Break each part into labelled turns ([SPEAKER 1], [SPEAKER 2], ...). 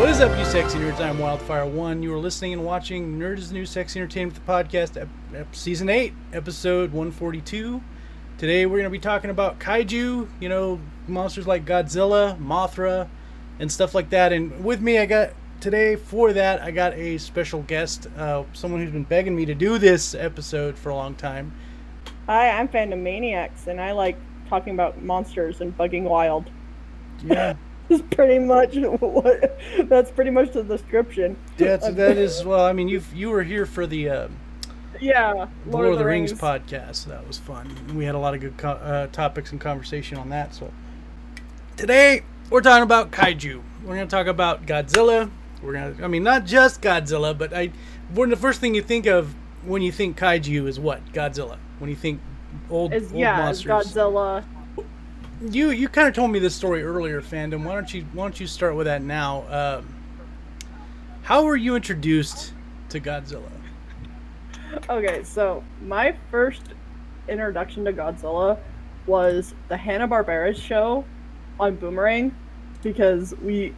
[SPEAKER 1] What's up, you sexy nerds? I'm Wildfire One. You are listening and watching Nerd is the New Sexy Entertainment the Podcast, ep- ep- Season 8, Episode 142. Today we're going to be talking about kaiju, you know, monsters like Godzilla, Mothra, and stuff like that. And with me, I got today for that, I got a special guest, uh, someone who's been begging me to do this episode for a long time.
[SPEAKER 2] Hi, I'm Phantom Maniacs, and I like talking about monsters and bugging wild.
[SPEAKER 1] Yeah.
[SPEAKER 2] That's pretty much what. That's pretty much the description.
[SPEAKER 1] That's, that is, well, I mean, you you were here for the. Uh,
[SPEAKER 2] Yeah,
[SPEAKER 1] Lord, of the Rings. podcast. That was fun. We had a lot of good co- uh, topics and conversation on that. So today we're talking about kaiju. We're going to talk about Godzilla. We're going to, I mean, not just Godzilla, but I. One of the first thing you think of when you think kaiju is what Godzilla. When you think old,
[SPEAKER 2] Is
[SPEAKER 1] old
[SPEAKER 2] yeah, it's
[SPEAKER 1] monsters.
[SPEAKER 2] Godzilla.
[SPEAKER 1] You you kind of told me this story earlier, fandom. Why don't you why don't you start with that now? Um, how were you introduced to Godzilla?
[SPEAKER 2] Okay, so my first introduction to Godzilla was the Hanna Barbera show on Boomerang, because we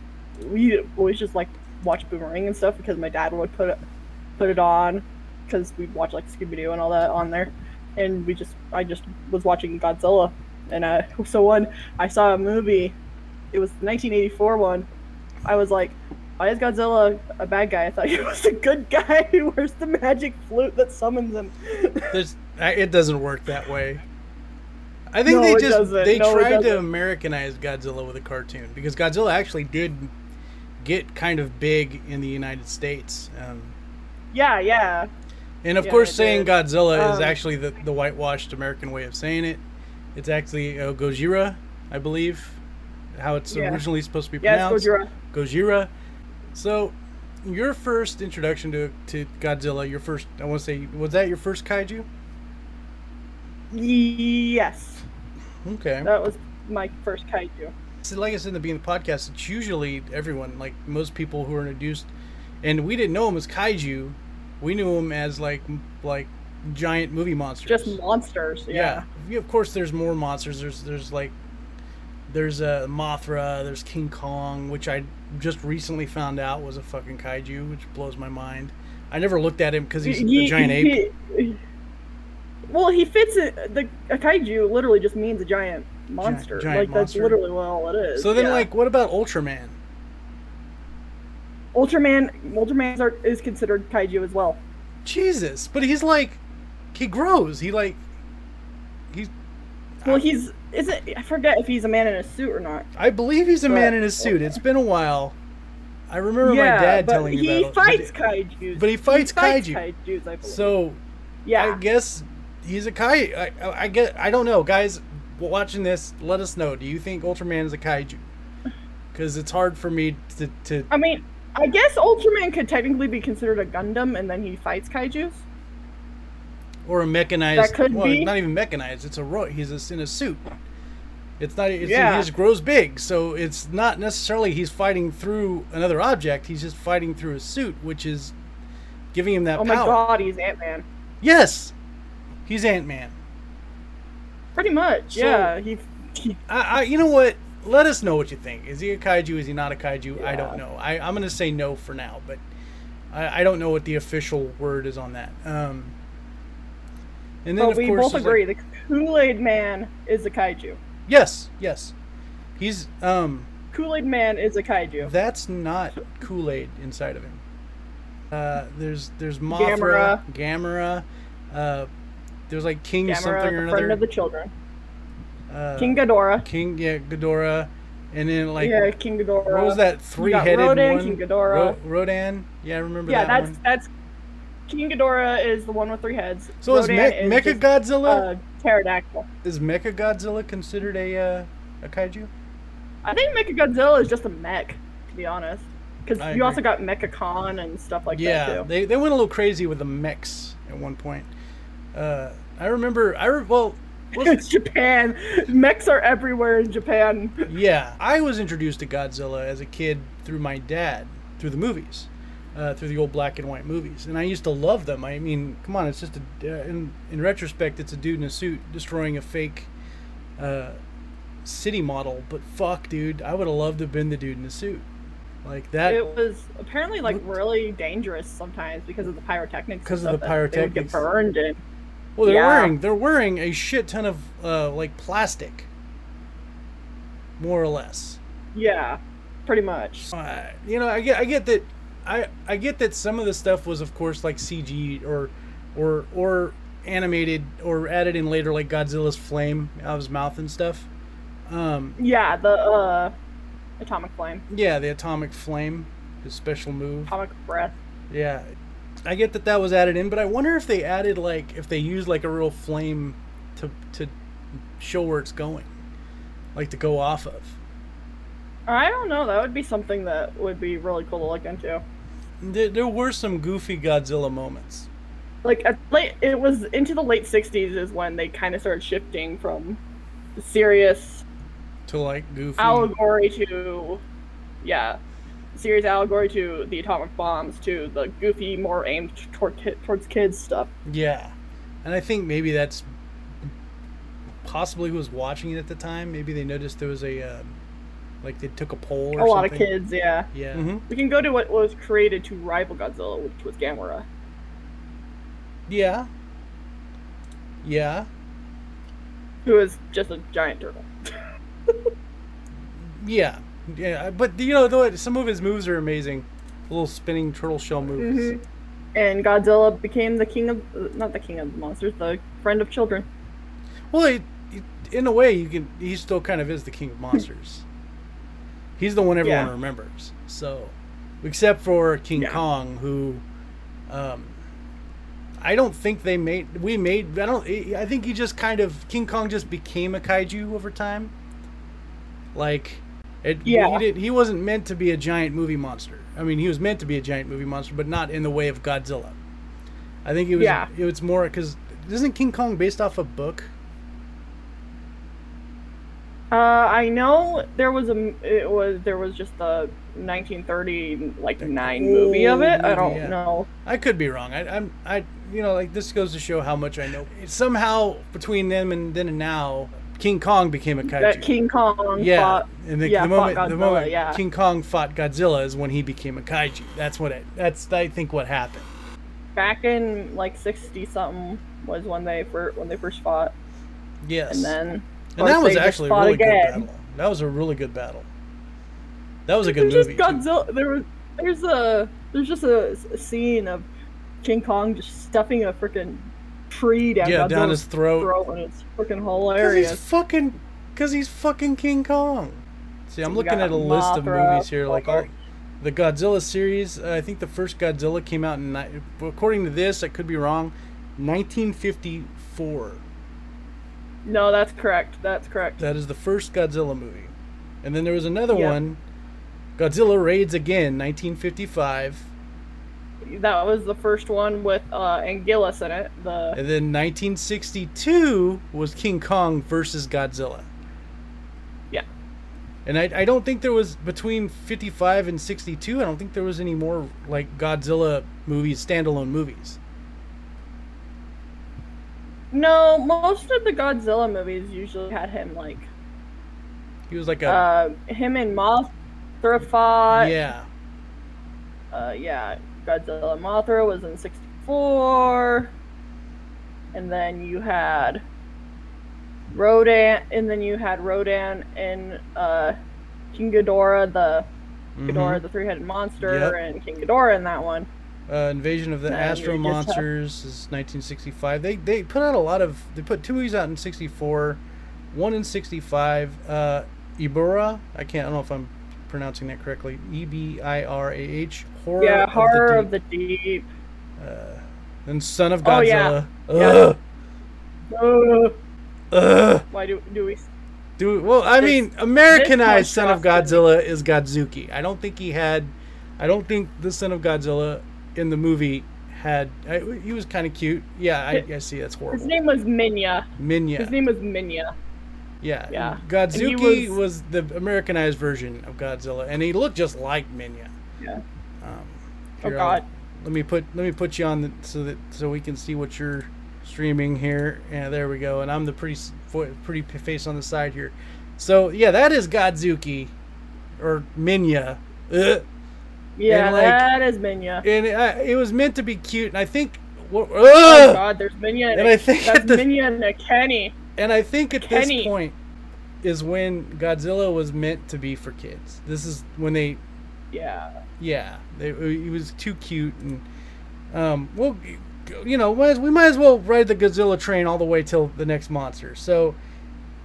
[SPEAKER 2] we always just like watch Boomerang and stuff because my dad would put it put it on because we'd watch like Scooby Doo and all that on there, and we just I just was watching Godzilla, and uh, so when I saw a movie, it was the 1984 one, I was like, why is Godzilla a bad guy? I thought he was a good guy. Where's the magic flute that summons him?
[SPEAKER 1] There's, I- it doesn't work that way. I think
[SPEAKER 2] No,
[SPEAKER 1] they
[SPEAKER 2] it
[SPEAKER 1] just
[SPEAKER 2] doesn't.
[SPEAKER 1] they
[SPEAKER 2] No, it
[SPEAKER 1] tried to
[SPEAKER 2] doesn't.
[SPEAKER 1] Americanize Godzilla with a cartoon because Godzilla actually did get kind of big in the United States. Um,
[SPEAKER 2] yeah, yeah.
[SPEAKER 1] and of
[SPEAKER 2] Yeah,
[SPEAKER 1] course,
[SPEAKER 2] it
[SPEAKER 1] saying
[SPEAKER 2] did.
[SPEAKER 1] Godzilla is
[SPEAKER 2] Um,
[SPEAKER 1] actually the, the whitewashed American way of saying it. It's actually uh, Gojira, I believe, how it's
[SPEAKER 2] Yeah.
[SPEAKER 1] originally supposed to be
[SPEAKER 2] Yeah, it's
[SPEAKER 1] pronounced.
[SPEAKER 2] Gojira.
[SPEAKER 1] Gojira. So, your first introduction to, to Godzilla, your first, I want to say, was that your first kaiju?
[SPEAKER 2] Yes.
[SPEAKER 1] Okay.
[SPEAKER 2] That was my first kaiju.
[SPEAKER 1] So like I said in the beginning of the podcast, it's usually everyone, like most people who are introduced, and we didn't know him as kaiju. We knew him as like m- like giant movie monsters.
[SPEAKER 2] Just monsters.
[SPEAKER 1] yeah.
[SPEAKER 2] Yeah.
[SPEAKER 1] Yeah, Of course, there's more monsters. There's there's like there's uh, Mothra. There's King Kong, which I just recently found out was a fucking kaiju, which blows my mind. I never looked at him because he's a giant ape.
[SPEAKER 2] he- well, he fits it. The a kaiju literally just means a giant monster.
[SPEAKER 1] giant
[SPEAKER 2] like that's
[SPEAKER 1] monster.
[SPEAKER 2] literally what all it is.
[SPEAKER 1] so then,
[SPEAKER 2] yeah.
[SPEAKER 1] like, what about Ultraman?
[SPEAKER 2] Ultraman, Ultraman are, is considered kaiju as well.
[SPEAKER 1] Jesus, but he's like he grows. He like he's Ah.
[SPEAKER 2] Well, he's isn't. I forget if he's a man in a suit or not.
[SPEAKER 1] I believe he's a
[SPEAKER 2] But-
[SPEAKER 1] man in a suit. It's been a while. I remember
[SPEAKER 2] yeah,
[SPEAKER 1] my dad
[SPEAKER 2] but
[SPEAKER 1] telling me
[SPEAKER 2] he
[SPEAKER 1] about it.
[SPEAKER 2] fights kaiju.
[SPEAKER 1] But he fights kaiju.
[SPEAKER 2] kaijus, I believe.
[SPEAKER 1] So I
[SPEAKER 2] yeah,
[SPEAKER 1] guess he's a kaiju. I, I, I get. I don't know, guys. Watching this, let us know. Do you think Ultraman is a kaiju? Because it's hard for me to. to
[SPEAKER 2] I mean, I guess Ultraman could technically be considered a Gundam, and then he fights kaijus.
[SPEAKER 1] or a mechanized.
[SPEAKER 2] That could
[SPEAKER 1] well,
[SPEAKER 2] be.
[SPEAKER 1] not even mechanized. It's a ro- he's a, in a suit. It's not. It's
[SPEAKER 2] Yeah.
[SPEAKER 1] His grows big, so it's not necessarily he's fighting through another object. He's just fighting through a suit, which is giving him that
[SPEAKER 2] Oh my
[SPEAKER 1] power.
[SPEAKER 2] god, he's Ant Man.
[SPEAKER 1] Yes, he's Ant Man.
[SPEAKER 2] Pretty much,
[SPEAKER 1] So-
[SPEAKER 2] yeah. He, he
[SPEAKER 1] I, I, you know what? Let us know what you think. Is he a kaiju? Is he not a kaiju? I don't
[SPEAKER 2] Yeah.
[SPEAKER 1] know. I, I'm gonna say no for now, but I, I don't know what the official word is on that. Um, and then
[SPEAKER 2] but
[SPEAKER 1] of
[SPEAKER 2] we
[SPEAKER 1] course,
[SPEAKER 2] both
[SPEAKER 1] there's, like-
[SPEAKER 2] agree the Kool Aid Man is a kaiju.
[SPEAKER 1] yes, yes, he's um.
[SPEAKER 2] Kool Aid Man is a kaiju.
[SPEAKER 1] That's not Kool Aid inside of him. Uh, there's there's Mothra,
[SPEAKER 2] Gamera.
[SPEAKER 1] Gamera, uh, there's like King
[SPEAKER 2] Gamera,
[SPEAKER 1] something
[SPEAKER 2] the
[SPEAKER 1] or
[SPEAKER 2] friend
[SPEAKER 1] another.
[SPEAKER 2] of the children.
[SPEAKER 1] uh,
[SPEAKER 2] King Ghidorah.
[SPEAKER 1] King, yeah, Ghidorah, and then like
[SPEAKER 2] yeah, King Ghidorah.
[SPEAKER 1] What was that three-headed
[SPEAKER 2] Rodan,
[SPEAKER 1] one?
[SPEAKER 2] King Ghidorah.
[SPEAKER 1] Ro- Rodan. Yeah, I remember
[SPEAKER 2] Yeah,
[SPEAKER 1] that
[SPEAKER 2] that's
[SPEAKER 1] one.
[SPEAKER 2] that's King Ghidorah is the one with three heads.
[SPEAKER 1] So is,
[SPEAKER 2] Rodan
[SPEAKER 1] Me- Mecha
[SPEAKER 2] just,
[SPEAKER 1] Godzilla
[SPEAKER 2] uh, pterodactyl.
[SPEAKER 1] is Mecha Godzilla considered a uh, a kaiju?
[SPEAKER 2] I think Mecha Godzilla is just a mech, to be honest. Because
[SPEAKER 1] I
[SPEAKER 2] you also
[SPEAKER 1] agree.
[SPEAKER 2] got Mechacon and stuff like that
[SPEAKER 1] yeah,
[SPEAKER 2] too.
[SPEAKER 1] they they went a little crazy with the mechs at one point. Uh, I remember. I re- well,
[SPEAKER 2] It's
[SPEAKER 1] was,
[SPEAKER 2] Japan. Mechs are everywhere in Japan.
[SPEAKER 1] yeah, I was introduced to Godzilla as a kid through my dad through the movies. Uh, through the old black and white movies, and I used to love them. I mean, come on, it's just a, uh, in in retrospect, it's a dude in a suit destroying a fake uh, city model, but fuck, dude, I would have loved to have been the dude in the suit. Like that
[SPEAKER 2] it was apparently like really dangerous sometimes because of the pyrotechnics.
[SPEAKER 1] Because of
[SPEAKER 2] and
[SPEAKER 1] the
[SPEAKER 2] stuff that they would
[SPEAKER 1] pyrotechnics.
[SPEAKER 2] get burned in.
[SPEAKER 1] Well, they're
[SPEAKER 2] Yeah.
[SPEAKER 1] wearing they're wearing a shit ton of uh, like plastic, more or less.
[SPEAKER 2] Yeah, pretty much.
[SPEAKER 1] Uh, you know, I get I get that I I get that some of the stuff was, of course, like CG or or or animated or added in later, like Godzilla's flame out of his mouth and stuff. Um,
[SPEAKER 2] Yeah, the uh, atomic flame,
[SPEAKER 1] yeah, the atomic flame, his special move.
[SPEAKER 2] atomic breath.
[SPEAKER 1] Yeah, I get that that was added in, but I wonder if they added like if they used like a real flame to to show where it's going, like to go off of.
[SPEAKER 2] I don't know. That would be something that would be really cool to look into.
[SPEAKER 1] There, there were some goofy Godzilla moments.
[SPEAKER 2] Like at late, it was into the late '60s is when they kind of started shifting from serious
[SPEAKER 1] To like goofy.
[SPEAKER 2] allegory to, yeah, serious allegory to the atomic bombs to the goofy, more aimed toward ki- towards kids stuff.
[SPEAKER 1] Yeah, and I think maybe that's possibly who was watching it at the time. Maybe they noticed there was a um, like they took a poll. Or
[SPEAKER 2] a lot of
[SPEAKER 1] something.
[SPEAKER 2] kids, yeah.
[SPEAKER 1] Yeah.
[SPEAKER 2] We can go to what was created to rival Godzilla, which was Gamera.
[SPEAKER 1] Yeah. Yeah.
[SPEAKER 2] who is just a giant turtle.
[SPEAKER 1] Yeah, yeah, but you know, though some of his moves are amazing, The little spinning turtle shell moves.
[SPEAKER 2] Mm-hmm. And Godzilla became the king of, uh, not the king of the monsters, the friend of children.
[SPEAKER 1] Well, it, it, in a way, you can. He still kind of is the king of monsters. He's the one everyone
[SPEAKER 2] Yeah.
[SPEAKER 1] remembers. So, except for King
[SPEAKER 2] Yeah.
[SPEAKER 1] Kong, who, um, I don't think they made. We made. I don't. I think he just kind of King Kong just became a kaiju over time. Like, it.
[SPEAKER 2] Yeah.
[SPEAKER 1] He, did, he wasn't meant to be a giant movie monster. I mean, he was meant to be a giant movie monster, but not in the way of Godzilla. I think it was.
[SPEAKER 2] Yeah.
[SPEAKER 1] It was more because isn't King Kong based off a book?
[SPEAKER 2] Uh, I know there was a, m- it was there was just the 1930 like
[SPEAKER 1] The
[SPEAKER 2] nine
[SPEAKER 1] old
[SPEAKER 2] movie of it. I
[SPEAKER 1] movie,
[SPEAKER 2] don't
[SPEAKER 1] yeah.
[SPEAKER 2] know.
[SPEAKER 1] I could be wrong. I, I'm, I, you know, like this goes to show how much I know. Somehow between them and then and now, King Kong became a kaiju.
[SPEAKER 2] That King Kong
[SPEAKER 1] yeah,
[SPEAKER 2] fought.
[SPEAKER 1] and the,
[SPEAKER 2] yeah,
[SPEAKER 1] the moment
[SPEAKER 2] fought
[SPEAKER 1] the
[SPEAKER 2] Godzilla,
[SPEAKER 1] moment
[SPEAKER 2] yeah.
[SPEAKER 1] King Kong fought Godzilla is when he became a kaiju. That's what it. That's I think what happened.
[SPEAKER 2] back in like 60 something was when they first when they first fought,
[SPEAKER 1] Yes,
[SPEAKER 2] and then of
[SPEAKER 1] And that
[SPEAKER 2] course,
[SPEAKER 1] was
[SPEAKER 2] they just
[SPEAKER 1] actually a
[SPEAKER 2] fought
[SPEAKER 1] really
[SPEAKER 2] again.
[SPEAKER 1] good battle. That was a really good battle. That was a good
[SPEAKER 2] There's just
[SPEAKER 1] movie. too.
[SPEAKER 2] Godzilla. There was there's a there's just a, a scene of King Kong just stuffing a freaking tree down
[SPEAKER 1] Yeah,
[SPEAKER 2] Godzilla's
[SPEAKER 1] down his throat.
[SPEAKER 2] throat, and it's freaking
[SPEAKER 1] Because he's
[SPEAKER 2] hilarious.
[SPEAKER 1] fucking, because he's fucking King Kong. See, I'm
[SPEAKER 2] We
[SPEAKER 1] looking
[SPEAKER 2] got
[SPEAKER 1] at a list of
[SPEAKER 2] Mothra,
[SPEAKER 1] movies here, like all
[SPEAKER 2] Hulk.
[SPEAKER 1] the Godzilla series. Uh, I think the first Godzilla came out in, ni- according to this, I could be wrong, 1954.
[SPEAKER 2] No, that's correct. That's correct.
[SPEAKER 1] That is the first Godzilla movie, and then there was another
[SPEAKER 2] Yeah.
[SPEAKER 1] one, Godzilla Raids Again, 1955,
[SPEAKER 2] That was the first one with uh, Anguillus in it. The
[SPEAKER 1] and then 1962 was King Kong versus Godzilla.
[SPEAKER 2] yeah,
[SPEAKER 1] And I, I don't think there was between 55 and 62, I don't think there was any more like Godzilla movies, standalone movies.
[SPEAKER 2] no, most of the Godzilla movies usually had him like
[SPEAKER 1] He was like a
[SPEAKER 2] uh, him and Mothra fought.
[SPEAKER 1] yeah.
[SPEAKER 2] uh, yeah, Godzilla Mothra was in 64. And then you had Rodan, and then you had Rodan and uh, King Ghidorah, the Ghidorah,
[SPEAKER 1] mhm.
[SPEAKER 2] the three-headed monster,
[SPEAKER 1] Yep.
[SPEAKER 2] and King Ghidorah in that one.
[SPEAKER 1] Uh, Invasion of the
[SPEAKER 2] Uh,
[SPEAKER 1] Astro
[SPEAKER 2] you just have-
[SPEAKER 1] Monsters is 1965. They they put out a lot of they put two movies out in 64, one in 65. Uh, Ibora, I can't I don't know if I'm pronouncing that correctly. E B I R A H horror.
[SPEAKER 2] yeah, Horror
[SPEAKER 1] Deep.
[SPEAKER 2] of the Deep.
[SPEAKER 1] and Son of
[SPEAKER 2] Oh,
[SPEAKER 1] Godzilla.
[SPEAKER 2] yeah.
[SPEAKER 1] Ugh,
[SPEAKER 2] Ugh.
[SPEAKER 1] ugh.
[SPEAKER 2] why do do we?
[SPEAKER 1] Do well. I
[SPEAKER 2] This-
[SPEAKER 1] mean, Americanized
[SPEAKER 2] this
[SPEAKER 1] son of Godzilla
[SPEAKER 2] monstrosity.
[SPEAKER 1] is Godzuki. I don't think he had. I don't think the son of Godzilla in the movie had. I, he was kind of cute. Yeah, I, I see. That's
[SPEAKER 2] His
[SPEAKER 1] horrible.
[SPEAKER 2] name was Minya. His
[SPEAKER 1] Minya.
[SPEAKER 2] name was Minya.
[SPEAKER 1] Yeah.
[SPEAKER 2] yeah. And
[SPEAKER 1] Godzuki
[SPEAKER 2] he
[SPEAKER 1] was... the Americanized version of Godzilla, and he looked just like Minya.
[SPEAKER 2] Yeah.
[SPEAKER 1] Um,
[SPEAKER 2] Oh
[SPEAKER 1] here, I'll-
[SPEAKER 2] God.
[SPEAKER 1] Let me put let me put you on the, so that so we can see what you're streaming here. Yeah, there we go. And I'm the pretty s- fo- pretty p- face on the side here. So yeah, that is Godzuki or Minya. Ugh.
[SPEAKER 2] Yeah,
[SPEAKER 1] And, like-
[SPEAKER 2] that is Minya.
[SPEAKER 1] and it, I, it was meant to be cute. And I think, wha- uh,
[SPEAKER 2] Oh my
[SPEAKER 1] Ugh!
[SPEAKER 2] God, there's Minya.
[SPEAKER 1] and I think
[SPEAKER 2] that's
[SPEAKER 1] at the,
[SPEAKER 2] Minya and a Kenny.
[SPEAKER 1] and I think at this
[SPEAKER 2] Kenny.
[SPEAKER 1] point is when Godzilla was meant to be for kids. This is when they,
[SPEAKER 2] Yeah.
[SPEAKER 1] yeah, they, it was too cute, and um, well, you know, we we might as well ride the Godzilla train all the way till the next monster. So,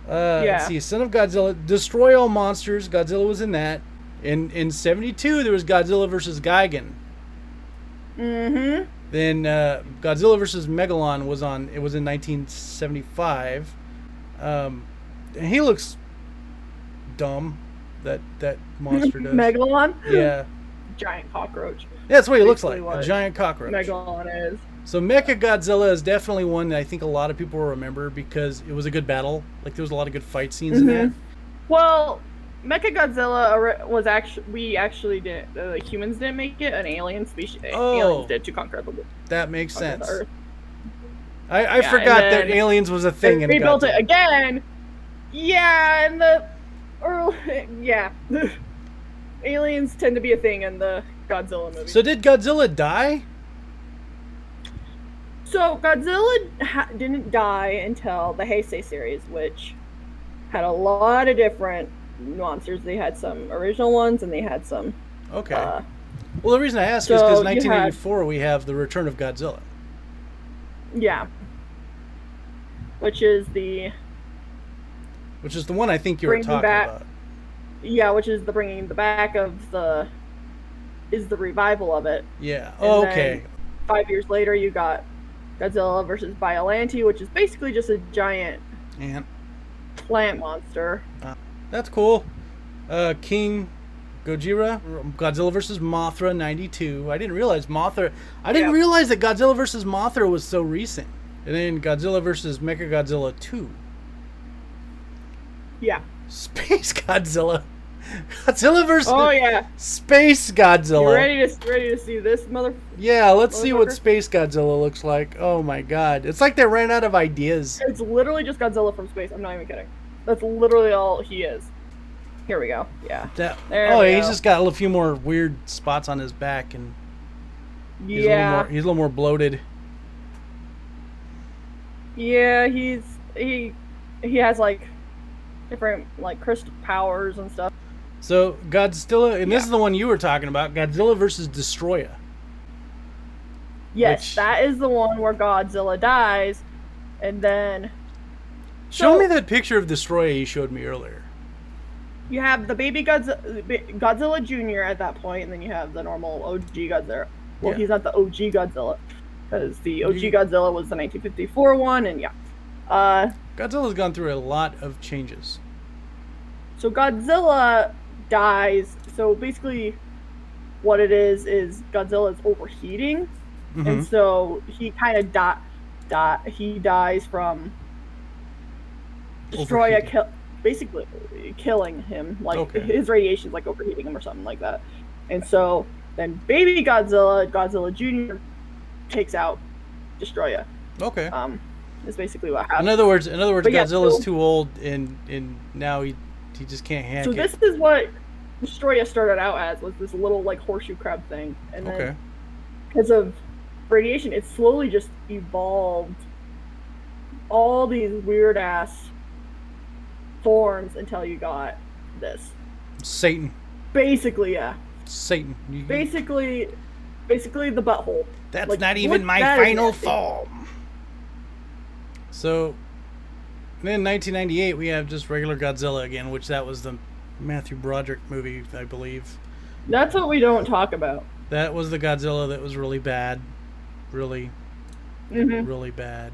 [SPEAKER 1] uh,
[SPEAKER 2] Yeah.
[SPEAKER 1] let's see, Son of Godzilla, destroy all monsters. Godzilla was in that. In in '72, there was Godzilla versus Gigan.
[SPEAKER 2] Mm-hmm.
[SPEAKER 1] Then uh, Godzilla vs. Megalon was on. It was in 1975. Um, and he looks dumb. That that monster does.
[SPEAKER 2] Megalon.
[SPEAKER 1] yeah,
[SPEAKER 2] Giant cockroach.
[SPEAKER 1] that's what he looks like.
[SPEAKER 2] Basically
[SPEAKER 1] A
[SPEAKER 2] what
[SPEAKER 1] giant cockroach.
[SPEAKER 2] Megalon is.
[SPEAKER 1] So Mecha Godzilla is definitely one that I think a lot of people will remember because it was a good battle. Like there was a lot of good fight scenes in
[SPEAKER 2] Mhm. Well, Mechagodzilla ori- was actually we actually didn't uh, like, humans didn't make it an alien species
[SPEAKER 1] Oh.
[SPEAKER 2] aliens did to conquer the,
[SPEAKER 1] that. That makes
[SPEAKER 2] conquer the
[SPEAKER 1] sense.
[SPEAKER 2] earth.
[SPEAKER 1] I, I
[SPEAKER 2] Yeah, and
[SPEAKER 1] forgot that
[SPEAKER 2] then
[SPEAKER 1] aliens was a thing.
[SPEAKER 2] They
[SPEAKER 1] in
[SPEAKER 2] rebuilt
[SPEAKER 1] Godzilla.
[SPEAKER 2] it again. Yeah, and the early yeah, aliens tend to be a thing in the Godzilla movie.
[SPEAKER 1] So did Godzilla die?
[SPEAKER 2] So Godzilla ha- didn't die until the Heisei series, which had a lot of different monsters. They had some original ones, and they had some.
[SPEAKER 1] Okay.
[SPEAKER 2] Uh,
[SPEAKER 1] well, the reason I ask is because
[SPEAKER 2] so you had-
[SPEAKER 1] 1984 we have the Return of Godzilla.
[SPEAKER 2] Yeah. Which is the
[SPEAKER 1] which is the one I think you were
[SPEAKER 2] Bring me
[SPEAKER 1] talking
[SPEAKER 2] back.
[SPEAKER 1] about.
[SPEAKER 2] yeah, which is the bringing the back of the is the revival of it.
[SPEAKER 1] Yeah. Oh,
[SPEAKER 2] then-
[SPEAKER 1] okay.
[SPEAKER 2] Five years later, you got Godzilla versus Biollante, which is basically just a giant
[SPEAKER 1] And
[SPEAKER 2] plant monster.
[SPEAKER 1] that's cool. Uh, King Gojira, Godzilla versus Mothra '92. I didn't realize Mothra. I didn't
[SPEAKER 2] Yeah.
[SPEAKER 1] realize that Godzilla versus Mothra was so recent. And then Godzilla versus Mechagodzilla 2.
[SPEAKER 2] Yeah.
[SPEAKER 1] Space Godzilla. Godzilla versus
[SPEAKER 2] Oh yeah.
[SPEAKER 1] Space
[SPEAKER 2] You
[SPEAKER 1] Godzilla.
[SPEAKER 2] ready to ready to see this mother?
[SPEAKER 1] Yeah, let's see what
[SPEAKER 2] Motherfucker.
[SPEAKER 1] Space Godzilla looks like. Oh my god. It's like they ran out of ideas.
[SPEAKER 2] It's literally just Godzilla from space. I'm not even kidding. That's literally all he is. Here we go. Yeah.
[SPEAKER 1] That,
[SPEAKER 2] There
[SPEAKER 1] oh,
[SPEAKER 2] we
[SPEAKER 1] he's
[SPEAKER 2] go.
[SPEAKER 1] just got a few more weird spots on his back, and he's, a, little
[SPEAKER 2] yeah.
[SPEAKER 1] more, he's a little more bloated.
[SPEAKER 2] Yeah, he's he he has like different like crystal powers and stuff.
[SPEAKER 1] So Godzilla, and this
[SPEAKER 2] Yeah.
[SPEAKER 1] is the one you were talking about, Godzilla versus Destroyer.
[SPEAKER 2] Yes,
[SPEAKER 1] Which-
[SPEAKER 2] that is the one where Godzilla dies, and then
[SPEAKER 1] Show
[SPEAKER 2] So-
[SPEAKER 1] me that picture of Destroyer you showed me earlier.
[SPEAKER 2] you have the baby Godzilla, Godzilla Junior at that point, and then you have the normal OG Godzilla. Well,
[SPEAKER 1] Yeah.
[SPEAKER 2] he's not the OG Godzilla, because the OG
[SPEAKER 1] You-
[SPEAKER 2] Godzilla was the 1954 one, and yeah. Uh,
[SPEAKER 1] Godzilla's gone through a lot of changes.
[SPEAKER 2] So Godzilla dies. So basically, what it is is Godzilla is overheating,
[SPEAKER 1] Mhm.
[SPEAKER 2] and so he kind of die, die, he dies from destroy a
[SPEAKER 1] Overheating.
[SPEAKER 2] kill, basically killing him. Like
[SPEAKER 1] Okay.
[SPEAKER 2] his radiation's like overheating him or something like that. And so then baby Godzilla, Godzilla Junior, takes out Destroya.
[SPEAKER 1] Okay.
[SPEAKER 2] Um, is basically what happens.
[SPEAKER 1] In other words, in other words,
[SPEAKER 2] but yeah,
[SPEAKER 1] Godzilla's
[SPEAKER 2] so-
[SPEAKER 1] too old, and and now he he just can't handle
[SPEAKER 2] So
[SPEAKER 1] it.
[SPEAKER 2] this is what Destroya started out as was this little like horseshoe crab thing, and then
[SPEAKER 1] okay.
[SPEAKER 2] because of radiation, it slowly just evolved all these weird ass forms until you got this.
[SPEAKER 1] Satan.
[SPEAKER 2] Basically, yeah.
[SPEAKER 1] Hmm. Satan. You-
[SPEAKER 2] Basically, basically the butthole.
[SPEAKER 1] That's
[SPEAKER 2] Like,
[SPEAKER 1] not even
[SPEAKER 2] what-
[SPEAKER 1] my
[SPEAKER 2] that is
[SPEAKER 1] final
[SPEAKER 2] nasty.
[SPEAKER 1] form. So, then in 1998, we have just regular Godzilla again, which that was the Matthew Broderick movie, I believe.
[SPEAKER 2] That's what we don't talk about.
[SPEAKER 1] That was the Godzilla that was really bad, really,
[SPEAKER 2] hmm
[SPEAKER 1] really bad.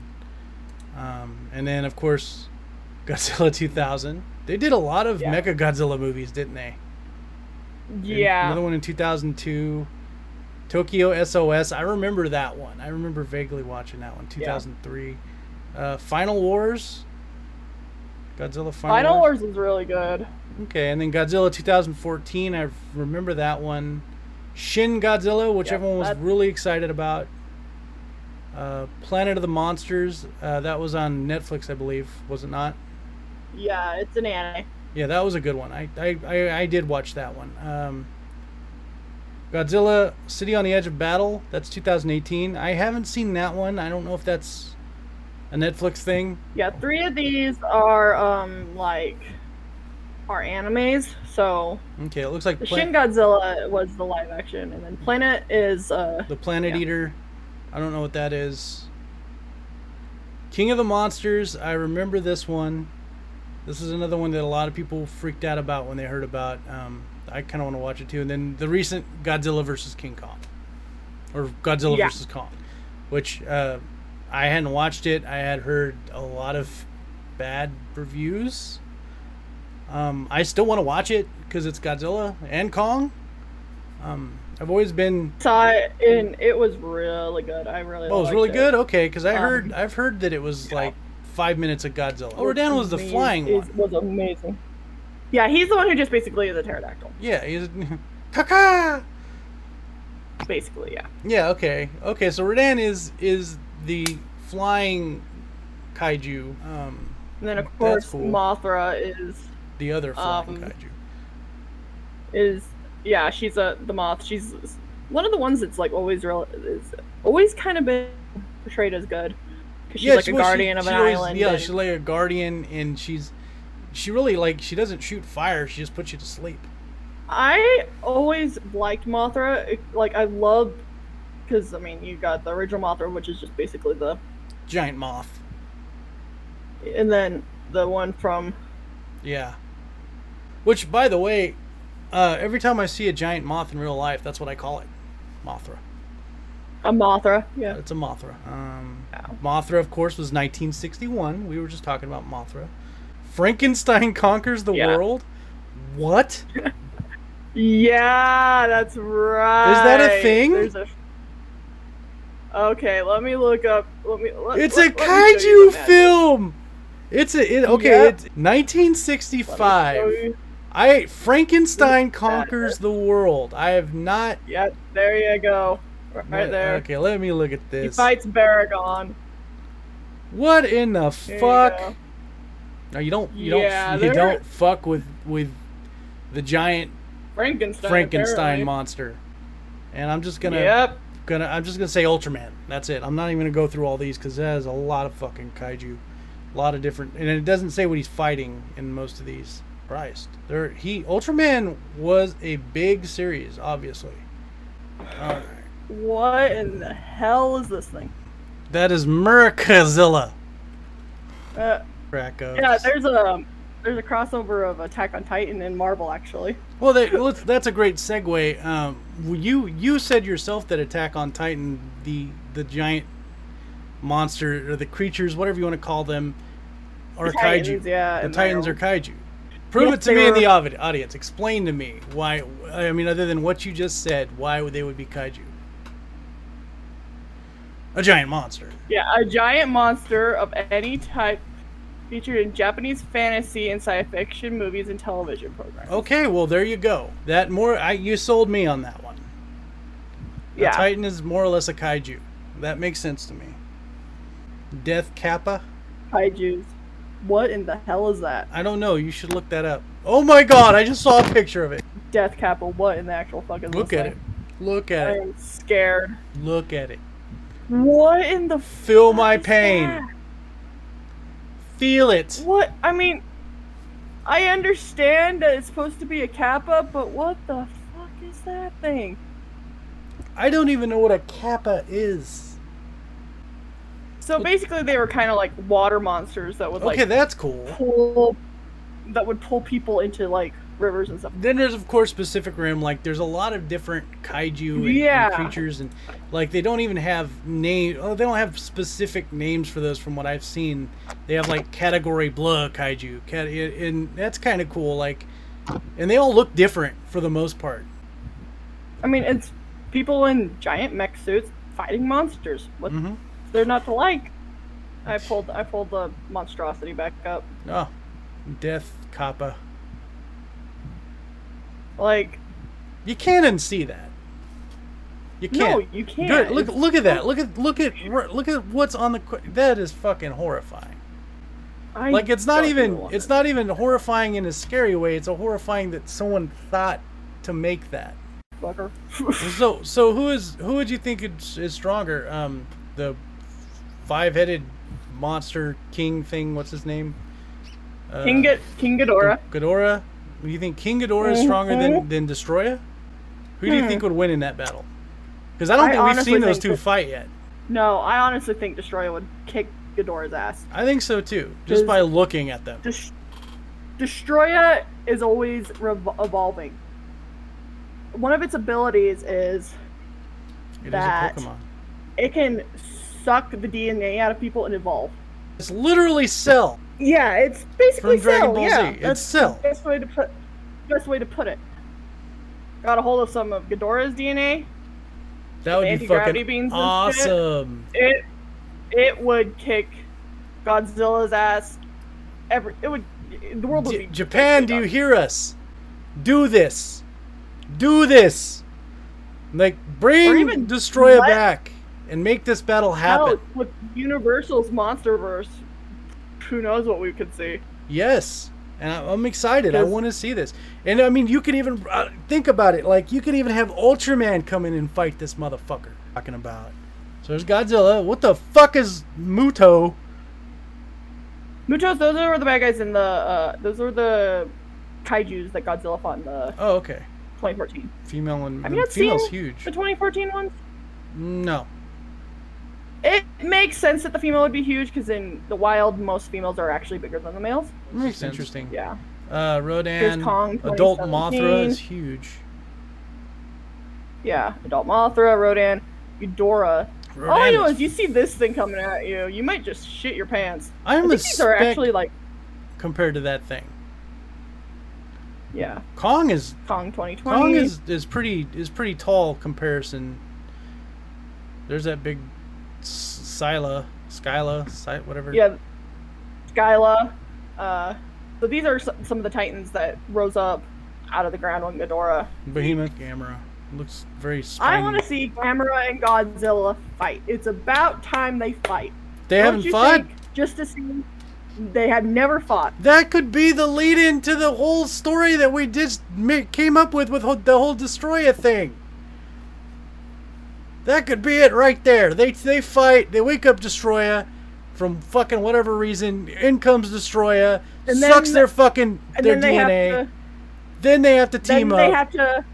[SPEAKER 1] Um, and then, of course, Godzilla 2000. They did a lot of
[SPEAKER 2] Yeah.
[SPEAKER 1] Mecha Godzilla movies, didn't they? And
[SPEAKER 2] Yeah.
[SPEAKER 1] Another one in 2002. Tokyo SOS. I remember that one. I remember vaguely watching that one. 2003. Uh, Final Wars. Godzilla Final,
[SPEAKER 2] Final
[SPEAKER 1] Wars.
[SPEAKER 2] Wars is really good.
[SPEAKER 1] Okay, and then Godzilla 2014. I remember that one. Shin Godzilla, which
[SPEAKER 2] Yeah,
[SPEAKER 1] everyone was
[SPEAKER 2] that-
[SPEAKER 1] really excited about. Uh, Planet of the Monsters. Uh, that was on Netflix, I believe. Was it not?
[SPEAKER 2] Yeah, it's an anime.
[SPEAKER 1] Yeah, that was a good one. I I, I, I did watch that one. Um, Godzilla City on the Edge of Battle. That's 2018. I haven't seen that one. I don't know if that's a Netflix thing.
[SPEAKER 2] Yeah, three of these are um like are animes. So
[SPEAKER 1] Okay, it looks like
[SPEAKER 2] the
[SPEAKER 1] Pla-
[SPEAKER 2] Shin Godzilla was the live action, and then Planet is uh
[SPEAKER 1] The Planet
[SPEAKER 2] Yeah.
[SPEAKER 1] Eater. I don't know what that is. King of the Monsters. I remember this one. This is another one that a lot of people freaked out about when they heard about. Um, I kind of want to watch it too. And then the recent Godzilla versus King Kong, or Godzilla
[SPEAKER 2] Yeah.
[SPEAKER 1] versus Kong, which uh, I hadn't watched it. I had heard a lot of bad reviews. Um, I still want to watch it because it's Godzilla and Kong. Um, I've always been
[SPEAKER 2] saw it, and it was really good. I really
[SPEAKER 1] Oh, it was
[SPEAKER 2] liked
[SPEAKER 1] really good. Okay, because I
[SPEAKER 2] Um,
[SPEAKER 1] heard I've heard that it was
[SPEAKER 2] yeah.
[SPEAKER 1] like five minutes of Godzilla. Oh, down was the
[SPEAKER 2] Amaz-
[SPEAKER 1] flying
[SPEAKER 2] is-
[SPEAKER 1] one.
[SPEAKER 2] Was amazing. Yeah, he's the one who just basically is a pterodactyl.
[SPEAKER 1] Yeah, he's Kaka.
[SPEAKER 2] Basically, yeah.
[SPEAKER 1] Yeah. Okay. Okay. So Rodan is is the flying kaiju. Um,
[SPEAKER 2] And then of
[SPEAKER 1] That's
[SPEAKER 2] course
[SPEAKER 1] cool.
[SPEAKER 2] Mothra is
[SPEAKER 1] the other flying
[SPEAKER 2] Um,
[SPEAKER 1] kaiju.
[SPEAKER 2] is yeah she's a the moth. She's one of the ones that's like always real is always kind of been portrayed as good because she's
[SPEAKER 1] Yeah,
[SPEAKER 2] like
[SPEAKER 1] she-
[SPEAKER 2] a
[SPEAKER 1] well, she-
[SPEAKER 2] guardian of
[SPEAKER 1] she
[SPEAKER 2] an
[SPEAKER 1] always-
[SPEAKER 2] island.
[SPEAKER 1] Yeah,
[SPEAKER 2] and-
[SPEAKER 1] she's like a guardian, and she's she really like she doesn't shoot fire. She just puts you to sleep.
[SPEAKER 2] I always liked Mothra. It- Like I love because I mean you got the original Mothra, which is just basically the
[SPEAKER 1] Giant moth.
[SPEAKER 2] and then the one from
[SPEAKER 1] Yeah. Which, by the way, uh, every time I see a giant moth in real life, that's what I call it, Mothra.
[SPEAKER 2] a Mothra. Yeah.
[SPEAKER 1] It's a Mothra. Um,
[SPEAKER 2] Wow.
[SPEAKER 1] Mothra, of course, was 1961. We were just talking about Mothra. Frankenstein conquers the
[SPEAKER 2] Yeah.
[SPEAKER 1] world. What?
[SPEAKER 2] Yeah, that's right.
[SPEAKER 1] thing?
[SPEAKER 2] There's a... Okay, let me look up. Let me. Let,
[SPEAKER 1] It's a
[SPEAKER 2] let- let me show
[SPEAKER 1] kaiju
[SPEAKER 2] you the map.
[SPEAKER 1] film. It's a it, okay.
[SPEAKER 2] Yep.
[SPEAKER 1] It's
[SPEAKER 2] Let me
[SPEAKER 1] 1965.
[SPEAKER 2] show you-
[SPEAKER 1] I Frankenstein conquers the world. I have not.
[SPEAKER 2] Yeah, there you go. Right
[SPEAKER 1] what-
[SPEAKER 2] there.
[SPEAKER 1] Okay, let me look at
[SPEAKER 2] He
[SPEAKER 1] this.
[SPEAKER 2] fights Baragon.
[SPEAKER 1] What in the
[SPEAKER 2] There you
[SPEAKER 1] fuck?
[SPEAKER 2] go.
[SPEAKER 1] No, you don't. You
[SPEAKER 2] Yeah,
[SPEAKER 1] don't. You
[SPEAKER 2] they're-
[SPEAKER 1] don't fuck with with the giant
[SPEAKER 2] Frankenstein.
[SPEAKER 1] Frankenstein
[SPEAKER 2] apparently.
[SPEAKER 1] monster. And I'm just gonna
[SPEAKER 2] Yep.
[SPEAKER 1] gonna I'm just gonna say Ultraman. That's it. I'm not even gonna go through all these because that is a lot of fucking kaiju, a lot of different. And it doesn't say what he's fighting in most of these. Christ, there he Ultraman was a big series, obviously. Uh,
[SPEAKER 2] What in the hell is this thing?
[SPEAKER 1] that is Mercazilla.
[SPEAKER 2] Uh,
[SPEAKER 1] Crack of
[SPEAKER 2] yeah, there's a there's a crossover of Attack on Titan and Marvel actually.
[SPEAKER 1] Well, that, well, it's- that's a great segue. Um, well, you you said yourself that Attack on Titan, the the giant monster or the creatures, whatever you want to call them, are
[SPEAKER 2] Titans,
[SPEAKER 1] kaiju.
[SPEAKER 2] yeah.
[SPEAKER 1] the
[SPEAKER 2] and
[SPEAKER 1] Titans are
[SPEAKER 2] Marvel.
[SPEAKER 1] kaiju. Prove
[SPEAKER 2] Yes,
[SPEAKER 1] it to
[SPEAKER 2] they
[SPEAKER 1] me in
[SPEAKER 2] were.
[SPEAKER 1] the audi- audience. Explain to me why. I mean, other than what you just said, why would they would be kaiju? A giant monster.
[SPEAKER 2] Yeah, a giant monster of any type featured in Japanese fantasy and science fiction movies and television programs.
[SPEAKER 1] Okay, well there you go. That more I, you sold me on that one.
[SPEAKER 2] yeah.
[SPEAKER 1] A Titan is more or less a kaiju. That makes sense to me. Death Kappa?
[SPEAKER 2] Kaijus. What in the hell is that?
[SPEAKER 1] I don't know. You should look that up. Oh my god, I just saw a picture of it.
[SPEAKER 2] Death Kappa, what in the actual fuck is
[SPEAKER 1] Look
[SPEAKER 2] this
[SPEAKER 1] at
[SPEAKER 2] thing?
[SPEAKER 1] it. Look
[SPEAKER 2] I
[SPEAKER 1] at it.
[SPEAKER 2] am scared.
[SPEAKER 1] Look at it.
[SPEAKER 2] What in the f-
[SPEAKER 1] Feel my
[SPEAKER 2] is
[SPEAKER 1] pain. Feel it.
[SPEAKER 2] what? I mean, I understand that it's supposed to be a kappa, but what the fuck is that thing?
[SPEAKER 1] I don't even know what a kappa is.
[SPEAKER 2] So basically, they were kind of like water monsters that would like
[SPEAKER 1] Okay, that's cool.
[SPEAKER 2] pull, that would pull people into like rivers and stuff.
[SPEAKER 1] Then there's of course Pacific Rim. Like there's a lot of different kaiju and, and
[SPEAKER 2] Yeah.
[SPEAKER 1] creatures, and like they don't even have name. Oh, they don't have specific names for those. From what I've seen, they have like category blah kaiju, cat, and that's kind of cool. Like, and they all look different for the most part.
[SPEAKER 2] I mean, it's people in giant mech suits fighting monsters. What
[SPEAKER 1] Mm-hmm.
[SPEAKER 2] they're not to like. I pulled I pulled the monstrosity back up.
[SPEAKER 1] Oh, Death Kappa.
[SPEAKER 2] Like
[SPEAKER 1] You can't unsee that. You can't.
[SPEAKER 2] no, you can't.
[SPEAKER 1] Good. Look,
[SPEAKER 2] It's-
[SPEAKER 1] look at that. Look at look at look at what's on the. qu- That is fucking horrifying.
[SPEAKER 2] I
[SPEAKER 1] Like it's not
[SPEAKER 2] don't
[SPEAKER 1] even
[SPEAKER 2] want
[SPEAKER 1] it's
[SPEAKER 2] it.
[SPEAKER 1] not even horrifying in a scary way. It's a horrifying that someone thought to make that.
[SPEAKER 2] fucker.
[SPEAKER 1] So so who is who would you think is, is stronger? Um, the five-headed monster king thing. What's his name? Uh,
[SPEAKER 2] King Ghid- King Ghidorah. Mm-hmm.
[SPEAKER 1] Ghidorah. Do you think King Ghidorah is stronger than than Destroya? Who do you think would win in that battle? Because I don't
[SPEAKER 2] Hmm. I
[SPEAKER 1] think we've
[SPEAKER 2] honestly
[SPEAKER 1] seen those
[SPEAKER 2] think
[SPEAKER 1] two
[SPEAKER 2] that-
[SPEAKER 1] fight yet.
[SPEAKER 2] No, I honestly think Destroyer would kick Ghidorah's ass.
[SPEAKER 1] I think so too, just
[SPEAKER 2] Does-
[SPEAKER 1] by looking at them.
[SPEAKER 2] Des- Destroyer is always rev- evolving. One of its abilities is
[SPEAKER 1] It is
[SPEAKER 2] that-
[SPEAKER 1] a Pokemon.
[SPEAKER 2] it can suck the DNA out of people and evolve.
[SPEAKER 1] It's literally Cell
[SPEAKER 2] Yeah, it's basically
[SPEAKER 1] from Dragon
[SPEAKER 2] Cell.
[SPEAKER 1] Ball
[SPEAKER 2] Yeah,
[SPEAKER 1] Z. It's
[SPEAKER 2] that's
[SPEAKER 1] Cell.
[SPEAKER 2] the best way to put best way to put it. Got a hold of some of Ghidorah's DNA.
[SPEAKER 1] That would be
[SPEAKER 2] anti-gravity
[SPEAKER 1] fucking
[SPEAKER 2] beams and shit.
[SPEAKER 1] awesome.
[SPEAKER 2] It it would kick Godzilla's ass. Every it would the world would
[SPEAKER 1] J-
[SPEAKER 2] be
[SPEAKER 1] Japan, do you
[SPEAKER 2] basically
[SPEAKER 1] hear us? Do this. Do this. Like
[SPEAKER 2] Or
[SPEAKER 1] bring
[SPEAKER 2] even
[SPEAKER 1] Destroya
[SPEAKER 2] let-
[SPEAKER 1] back and make this battle
[SPEAKER 2] done.
[SPEAKER 1] happen.
[SPEAKER 2] Hell, with Universal's MonsterVerse, who knows what we could see?
[SPEAKER 1] Yes, and I- I'm excited. I
[SPEAKER 2] Because-
[SPEAKER 1] want to see this. And I mean, you could even uh, think about it. Like you could even have Ultraman come in and fight this motherfucker. Talking about. So there's Godzilla. What the fuck is Muto?
[SPEAKER 2] Muchos, those are the bad guys in the uh, those are the kaiju's that Godzilla fought in the
[SPEAKER 1] Oh, okay.
[SPEAKER 2] 2014.
[SPEAKER 1] Female and
[SPEAKER 2] Have
[SPEAKER 1] the
[SPEAKER 2] you not
[SPEAKER 1] female's
[SPEAKER 2] seen
[SPEAKER 1] huge.
[SPEAKER 2] The 2014 ones.
[SPEAKER 1] No.
[SPEAKER 2] It makes sense that the female would be huge because in the wild, most females are actually bigger than the males.
[SPEAKER 1] That's interesting.
[SPEAKER 2] Yeah.
[SPEAKER 1] Uh, Rodan,
[SPEAKER 2] Kong,
[SPEAKER 1] adult Mothra
[SPEAKER 2] 2017.
[SPEAKER 1] is huge.
[SPEAKER 2] Yeah. Adult Mothra, Rodan, Eudora. All Oh, I
[SPEAKER 1] Rodan
[SPEAKER 2] know
[SPEAKER 1] is-
[SPEAKER 2] is you see this thing coming at you, you might just shit your pants. I
[SPEAKER 1] I'm a
[SPEAKER 2] think these are
[SPEAKER 1] speck
[SPEAKER 2] actually like,
[SPEAKER 1] compared to that thing.
[SPEAKER 2] yeah,
[SPEAKER 1] Kong is
[SPEAKER 2] Kong 2020.
[SPEAKER 1] Kong is, is pretty is pretty tall comparison. There's that big S- Scyla, Skyla, Sy- whatever.
[SPEAKER 2] yeah, Skyla. Uh, so these are s- some of the titans that rose up out of the ground when Ghidorah.
[SPEAKER 1] Behemoth Gamera looks very
[SPEAKER 2] I
[SPEAKER 1] spiny.
[SPEAKER 2] want to see Gamera and Godzilla fight. It's about time they fight.
[SPEAKER 1] they
[SPEAKER 2] Don't
[SPEAKER 1] haven't
[SPEAKER 2] you
[SPEAKER 1] fought.
[SPEAKER 2] think, just to see, they have never fought.
[SPEAKER 1] That could be the lead in to the whole story that we just ma- came up with with ho- the whole Destroyer thing. That could be it right there. They they fight. They wake up Destroyer from fucking whatever reason. In comes Destroyer,
[SPEAKER 2] And
[SPEAKER 1] sucks
[SPEAKER 2] then-
[SPEAKER 1] their fucking
[SPEAKER 2] And
[SPEAKER 1] their
[SPEAKER 2] then they
[SPEAKER 1] DNA.
[SPEAKER 2] have to,
[SPEAKER 1] then they have to team
[SPEAKER 2] then
[SPEAKER 1] up.
[SPEAKER 2] they have to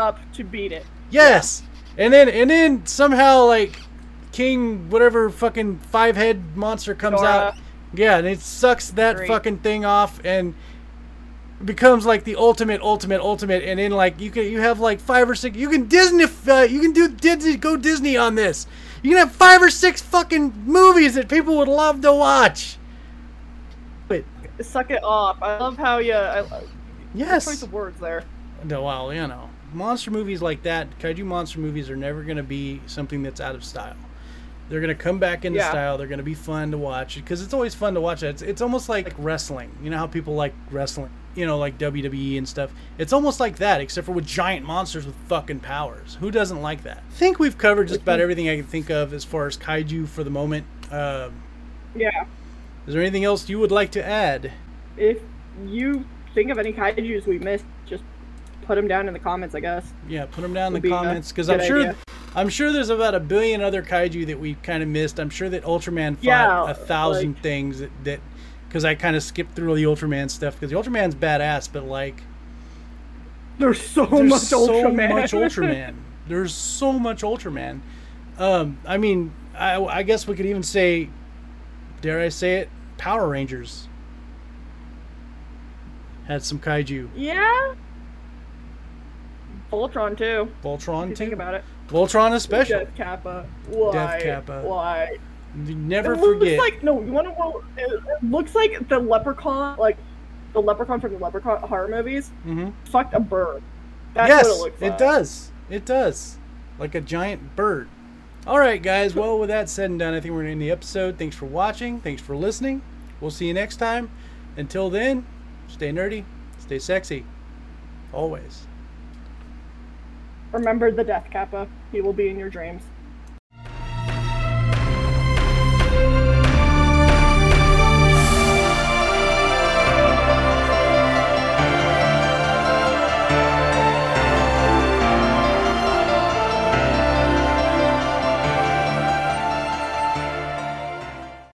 [SPEAKER 2] up to beat it.
[SPEAKER 1] yes, and then and then somehow like King whatever fucking five head monster comes out.
[SPEAKER 2] Ghidorah.
[SPEAKER 1] Yeah, and it sucks that
[SPEAKER 2] Great.
[SPEAKER 1] fucking thing off and becomes like the ultimate, ultimate, ultimate. And then like you can you have like five or six. You can Disney. Uh, you can do Disney. Go Disney on this. You can have five or six fucking movies that people would love to watch. But
[SPEAKER 2] Suck it off. I love how you. I, good choice
[SPEAKER 1] yes,
[SPEAKER 2] of words there.
[SPEAKER 1] no, well, you know, monster movies like that, kaiju monster movies are never going to be something that's out of style. They're going to come back into
[SPEAKER 2] Yeah.
[SPEAKER 1] style. They're going to be fun to watch because it's always fun to watch. It's, it's almost like, like wrestling. You know how people like wrestling, you know, like WWE and stuff. It's almost like that, except for with giant monsters with fucking powers. Who doesn't like that? I think we've covered just about everything I can think of as far as kaiju for the moment. Um
[SPEAKER 2] Yeah.
[SPEAKER 1] is there anything else you would like to add?
[SPEAKER 2] If you think of any kaiju's we missed, just put them down in the comments. I guess.
[SPEAKER 1] Yeah, put them down in
[SPEAKER 2] Would
[SPEAKER 1] the
[SPEAKER 2] be a
[SPEAKER 1] comments because
[SPEAKER 2] good
[SPEAKER 1] I'm sure,
[SPEAKER 2] idea.
[SPEAKER 1] I'm sure there's about a billion other kaiju that we kind of missed. I'm sure that Ultraman fought
[SPEAKER 2] Yeah,
[SPEAKER 1] a thousand
[SPEAKER 2] like-
[SPEAKER 1] things that that because I kind of skipped through the Ultraman stuff because the Ultraman's badass, but like
[SPEAKER 2] There's so
[SPEAKER 1] there's
[SPEAKER 2] much
[SPEAKER 1] so
[SPEAKER 2] Ultraman.
[SPEAKER 1] much Ultraman. There's so much Ultraman. Um, I mean, I, I guess we could even say, dare I say it, Power Rangers had some kaiju.
[SPEAKER 2] yeah. Voltron too. If
[SPEAKER 1] Voltron
[SPEAKER 2] you think
[SPEAKER 1] too.
[SPEAKER 2] about it.
[SPEAKER 1] Voltron especial.
[SPEAKER 2] Death Kappa. Why?
[SPEAKER 1] Kappa.
[SPEAKER 2] Why?
[SPEAKER 1] You never
[SPEAKER 2] it looks
[SPEAKER 1] forget.
[SPEAKER 2] like no. You want to know? It, it looks like the leprechaun, like the leprechaun from the leprechaun horror movies,
[SPEAKER 1] hmm
[SPEAKER 2] fucked a bird. That's
[SPEAKER 1] yes,
[SPEAKER 2] what it looks like.
[SPEAKER 1] does. It does. Like a giant bird. All right, guys. Well, with that said and done, I think we're going to end the episode. Thanks for watching. Thanks for listening. We'll see you next time. Until then, stay nerdy, stay sexy, always.
[SPEAKER 2] Remember the Death Kappa. He will be in your dreams.